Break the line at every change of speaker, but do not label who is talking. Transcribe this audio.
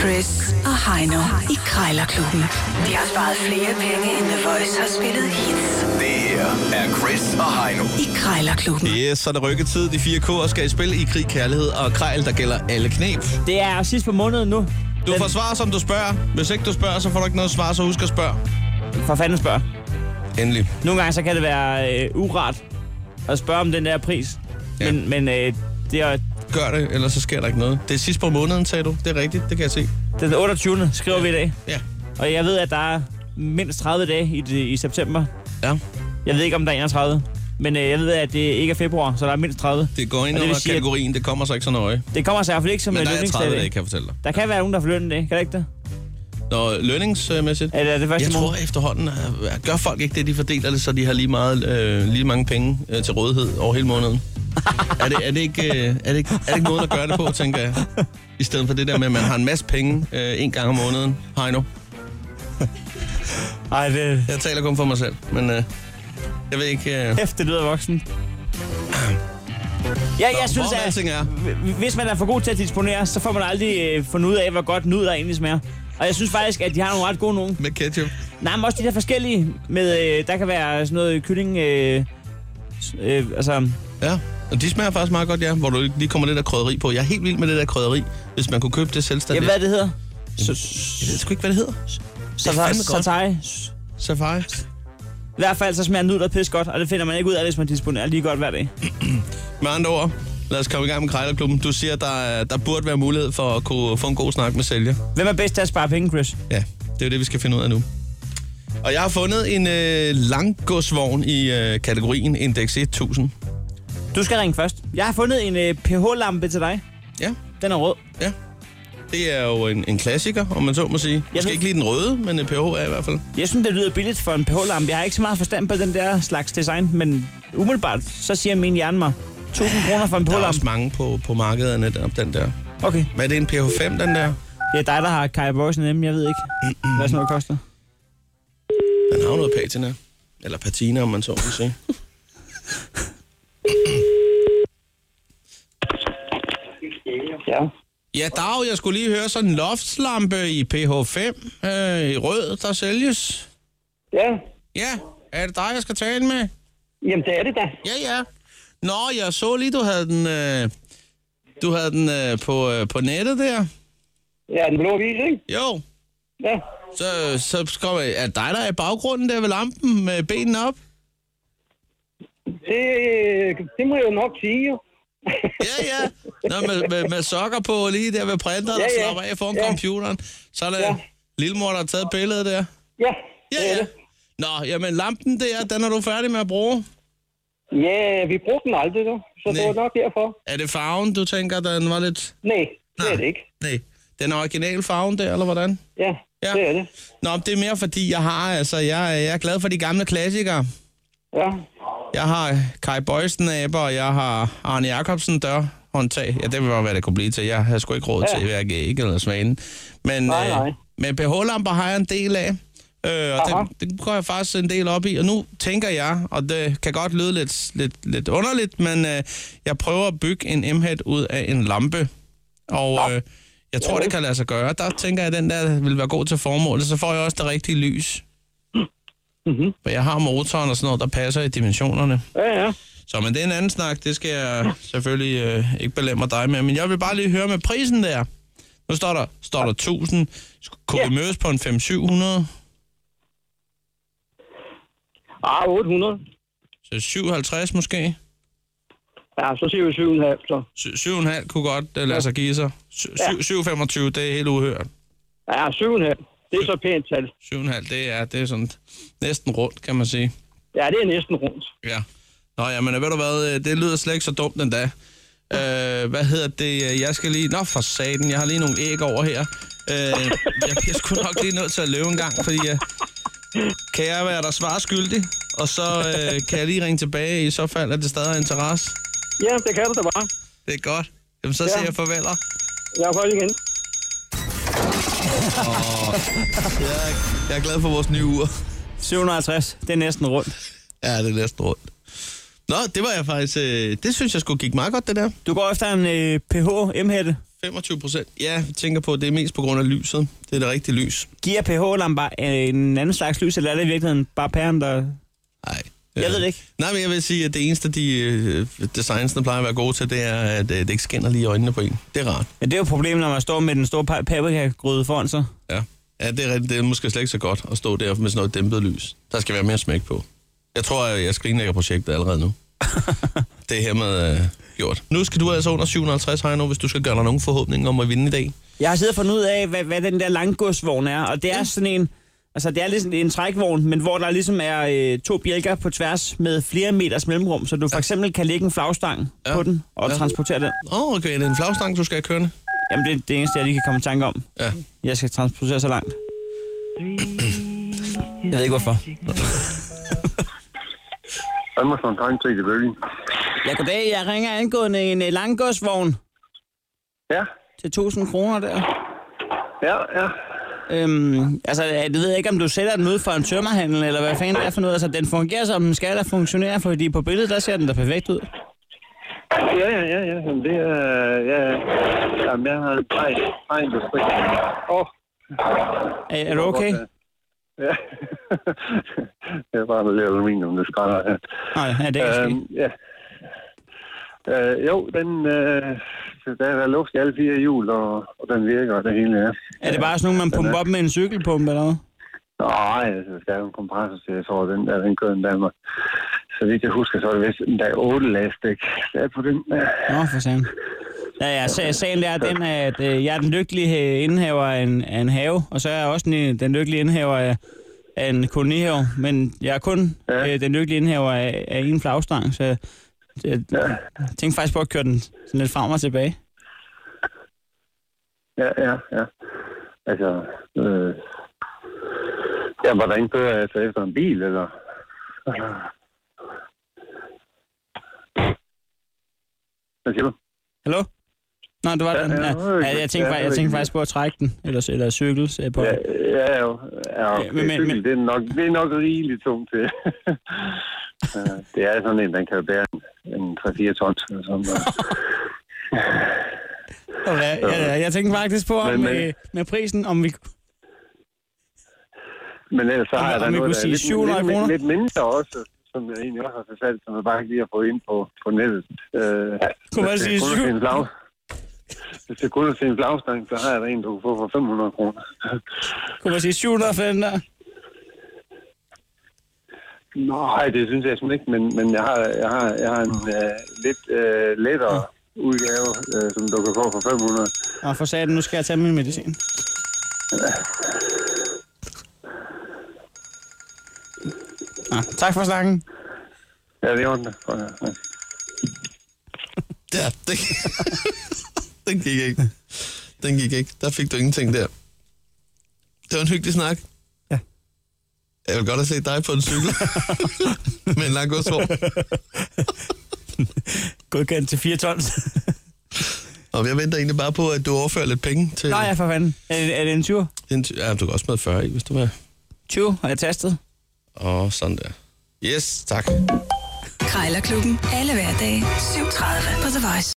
Chris og Heino i Krejlerklubben. De har sparet flere penge, end The Voice har spillet hits
Det her er Chris og Heino.
i Krejlerklubben.
Yes, så er det rykketid. De fire K'er skal i spil i krig, kærlighed og krejl, der gælder alle knep.
Det er sidst på måneden nu.
Du får svar, som du spørger. Hvis ikke du spørger, så får du ikke noget svar, så husk at spørge.
For fanden spørg.
Endelig.
Nogle gange så kan det være øh, urart at spørge om den der pris.
Ja.
Ja. Men, men øh, det er
Gør det, ellers så sker der ikke noget. Det er sidst på måneden, sagde du. Det er rigtigt, det kan jeg se.
det er den 28. skriver vi i dag.
Ja.
Og jeg ved, at der er mindst 30 dage i, det, i september.
Ja.
Jeg ved ikke, om der er 31. Men øh, jeg ved, at det ikke er februar, så der er mindst 30.
Det går ind
Og det vil
under
sige, at-
kategorien, det kommer så ikke så nøje.
Det kommer sig i hvert fald ikke som
Men
en
der er 30
lønningsdag.
dage, kan jeg fortælle dig.
Der kan være nogen, der får løn i dag, kan det ikke det?
Nå, lønningsmæssigt.
Eller er det første
Jeg tror
måned?
efterhånden, at gør folk ikke det, de fordeler det, så de har lige, meget, øh, lige mange penge øh, til rådighed over hele måneden. er, det, er, det ikke, øh, er, det ikke, er det ikke måden at gøre det på, tænker jeg? I stedet for det der med, at man har en masse penge øh, en gang om måneden. Hej nu.
Ej, det...
Jeg taler kun for mig selv, men øh, jeg ved ikke... Øh,
Kæft, det lyder voksen. Ja, jeg synes,
hvor
at
alting er.
hvis man er for god til at disponere, så får man aldrig øh, fundet ud af, hvor godt nudler egentlig smager. Og jeg synes faktisk, at de har nogle ret gode nogen.
Med ketchup.
Nej, men også de der forskellige. Med, øh, der kan være sådan noget kylling... Øh, s- øh, altså,
Ja, og de smager faktisk meget godt, ja. Hvor du lige kommer lidt af krydderi på. Jeg er helt vild med det der krydderi, hvis man kunne købe det
jeg
selvstændigt.
ved, hvad det hedder.
Så, jeg ved sgu ikke, hvad det hedder. fandme godt.
Satai.
Safari.
I hvert fald så smager nudler pis godt, og det finder man ikke ud af, hvis man disponerer lige godt hver dag.
Med andre ord, lad os komme i gang med Krejlerklubben. Du siger, der, er- der burde være mulighed for at kunne få en god snak med sælger.
Hvem er bedst til at spare penge, Chris?
Ja, det er jo det, vi skal finde ud af nu. Og jeg har fundet en øh, langgodsvogn i øh, kategorien Index 1000.
Du skal ringe først. Jeg har fundet en øh, pH-lampe til dig.
Ja,
Den er rød.
ja. Det er jo en, en klassiker, om man så må sige. Jeg skal
ved-
ikke lige den røde, men øh, PH er i hvert fald.
Jeg synes, det lyder billigt for en pH-lampe. Jeg har ikke så meget forstand på den der slags design, men umiddelbart, så siger min hjerne mig 1000 kroner for en
Der er også
pH-lampe.
mange på, på markedet netop den der.
Okay,
Hvad er det, en PH5, den der?
det er dig, der har Kai Borgsen hjemme. Jeg ved ikke, hvad sådan noget koster.
Den har jo noget patina. Eller patina, om man så må sige.
Ja.
Ja, Dag, jeg skulle lige høre sådan en loftslampe i PH5 øh, i rød, der sælges.
Ja.
Ja, er det dig, jeg skal tale med?
Jamen, det er det da.
Ja, ja. Nå, jeg så lige, du havde den, øh, du havde den øh, på, øh, på nettet der.
Ja, den blå avis, ikke?
Jo,
Ja.
så, så skal, er det dig, der er i baggrunden der ved lampen med benene op?
Det, det må jeg jo nok sige, jo.
Ja, ja. Nå, med, med, med sokker på lige der ved printeren ja, ja. og
Ja, ja.
slapper af foran ja.
Ja.
computeren. Så er der ja.
Ja.
lillemor, der har taget billedet der.
Ja,
Ja,
det er
ja.
det.
Nå, jamen lampen der, den er du færdig med at bruge.
Ja, vi brugte den aldrig, jo. Så
Nej.
det var nok derfor.
Er det farven, du tænker, den var lidt...
Nej, det
Nej.
er det ikke.
Nej. Den originale farven der, eller hvordan?
Ja,
Ja.
ja. det er det.
Nå, men det er mere fordi, jeg har, altså, jeg, jeg er glad for de gamle klassikere.
Ja.
Jeg har Kai Bøjsten aber, og jeg har Arne Jacobsen dør håndtag. Ja, det var, hvad det kunne blive til. Jeg har sgu ikke råd ja.
Ja.
til hverken ikke eller svanen. Men,
Nej, nej.
Øh, men pH-lamper har jeg en del af. Øh, og
Aha.
det, det går jeg faktisk en del op i. Og nu tænker jeg, og det kan godt lyde lidt, lidt, lidt underligt, men øh, jeg prøver at bygge en m ud af en lampe. Og øh, jeg tror, det kan lade sig gøre. Der tænker jeg, at den der vil være god til formålet. Så får jeg også det rigtige lys. Mm-hmm. For jeg har motoren og sådan noget, der passer i dimensionerne.
Ja, ja.
Så men det er en anden snak, det skal jeg selvfølgelig øh, ikke belemre dig med. Men jeg vil bare lige høre med prisen der. Nu står der, står der 1000. Sk- Kunne
Ja.
vi mødes på en 5-700?
Ah, 800.
Så 57 måske?
Ja, så siger vi 7,5, så.
Sy- 7,5 kunne godt øh, lade sig give sig. Sy- syv- 7,25, det er helt uhørt.
Ja, 7,5. Det er så pænt tal.
7,5, det er, det er sådan næsten rundt, kan man sige.
Ja, det er næsten rundt.
Ja. Nå ja, men ved du hvad, øh, det lyder slet ikke så dumt endda. Øh, hvad hedder det? Jeg skal lige... Nå for satan, jeg har lige nogle æg over her. Øh, jeg bliver sgu nok lige nødt til at løbe en gang, fordi jeg... Kan jeg være der svar skyldig? Og så øh, kan jeg lige ringe tilbage i så fald, at det stadig er interesse.
Ja, det kan du da bare.
Det er godt. Jamen, så ja. siger jeg farveler.
Jeg er godt igen.
Jeg, jeg er glad for vores nye ur.
750, det er næsten rundt.
Ja, det er næsten rundt. Nå, det var jeg faktisk... Øh, det synes jeg skulle gik meget godt, det der.
Du går efter en øh, pH-M-hætte.
25 procent. Ja, jeg tænker på, at det er mest på grund af lyset. Det er det rigtige lys.
Giver pH-lamper en anden slags lys, eller er det i virkeligheden bare pæren, der...
Nej.
Jeg ved det ikke.
Nej, men jeg vil sige, at det eneste, de øh, designsene plejer at være gode til, det er, at øh, det ikke skinner lige i øjnene på en. Det er rart.
Men det er jo problemet, når man står med den store pa- paprikagryde foran sig.
Ja. Ja, det er, rigtigt. det er måske slet ikke så godt at stå der med sådan noget dæmpet lys. Der skal være mere smæk på. Jeg tror, at jeg screenlægger projektet allerede nu. det er hermed øh, gjort. Nu skal du altså under 750, Heino, hvis du skal gøre dig nogen forhåbninger om at vinde i dag.
Jeg har siddet og fundet ud af, hvad, hvad den der langgodsvogn er, og det er sådan en... Altså, det er ligesom en trækvogn, men hvor der ligesom er øh, to bjælker på tværs med flere meters mellemrum, så du for eksempel kan lægge en flagstang
Ja.
ja. på den og
Ja.
ja. transportere den.
Åh, oh, okay, er det en flagstang, du skal have kørende?
Jamen, det er det eneste, jeg lige kan komme i tanke om.
Ja.
Jeg skal transportere så langt. Jeg ved ikke, hvorfor.
Amazon Tanktæk i Bølgen.
Ja, goddag. Jeg ringer angående en øh, langgodsvogn
Ja,
til 1000 kroner der.
ja, ja.
Øhm, altså, jeg ved ikke, om du sætter den ud for en tømmerhandel, eller hvad fanden det er for noget. Altså, den fungerer, som den skal, der funktionerer, fordi på billedet, der ser den da perfekt ud.
Ja, ja, ja, ja. Jamen, det er... Ja, ja. Jamen, jeg har en fejl, fejlindustri. Åh, oh,
Er, er du okay?
ja. jeg er bare med lidt aluminium, det skrænder her.
Nej, ja, det er øhm.
Øhm, ja. Øh, jo, den, øh, der er luft i alle fire hjul, og, og den virker, og det hele er.
Er det bare sådan nogle, man pumper op med en cykelpumpe eller hvad?
Nej, altså, der er jo en kompressor til, jeg tror, den der, den kører den Danmark. Så vidt jeg husker, så er det vist, den der er otte lastik. Der er på den der.
Nå, for sanden. Ja, ja, så, sagen er den, at øh, jeg er den lykkelige øh, indehaver af en, af en have, og så er jeg også den, øh, den lykkelige indehaver af, af en kolonihave, men jeg er kun
Ja.
øh, den lykkelige indehaver af, af en flagstang, så jeg, jeg
Ja.
tænkte faktisk på at køre den sådan lidt frem og tilbage.
Ja, ja, ja. Altså, øh, ja, hvordan kører jeg altså efter en bil, eller? Hvad siger du?
Hallo? Nå, det var
Ja,
den.
ja,
Ja,
okay.
ja, jeg tænkte,
Ja,
fak-
det
jeg
er
tænkte
ikke-
faktisk på at trække den, eller, eller cykel øh, på
Ja,
den.
ja, jo. ja okay.
men-
men,
men-
men,
men-
Det, er nok, det er nok rigeligt tungt til. Øh, det er sådan en, den kan jo bære en, en 3-4 tons. Eller sådan noget.
Ja, ja, ja, jeg tænkte faktisk på om,
Men- men-
øh, med prisen, om vi...
Men ellers så
Om-
har jeg
om
da
vi
noget,
kunne
der er
sige
lidt,
700 kroner?
lidt, lidt, mindre også, som jeg egentlig også har fortalt, som jeg bare ikke lige har fået ind på, på nettet. Øh,
Kunne man
hvis det
sige
kun er
syv-
til en flag- Hvis det kun er til en flagstang, så har jeg da en, du kan få for 500 kroner.
Kunne man sige 700 for den der?
Nej, det synes jeg simpelthen ikke, men, men jeg, har, jeg, har, jeg har en øh, lidt øh, lettere udgave, øh, som du kan få for 500.
Og for satan, nu skal jeg tage min medicin. Ah, tak for snakken.
Ja, det er ondt. Ja.
Ja, det, den gik ikke. Den gik ikke. Der fik du ingenting der. Det var en hyggelig snak.
Ja.
Jeg vil godt have set dig på en cykel. med en lang godsvogn.
Godkendt til 4 tons.
Og jeg venter egentlig bare på, at du overfører lidt penge til...
Nå ja, for fanden. Er det, er det en 20?
Den ty- ja, du kan også med 40 i, hvis du vil.
20 har jeg tastet.
Og sådan der. Yes, tak.
Krejlerklubben. Alle hverdage. 7.30 på The Voice.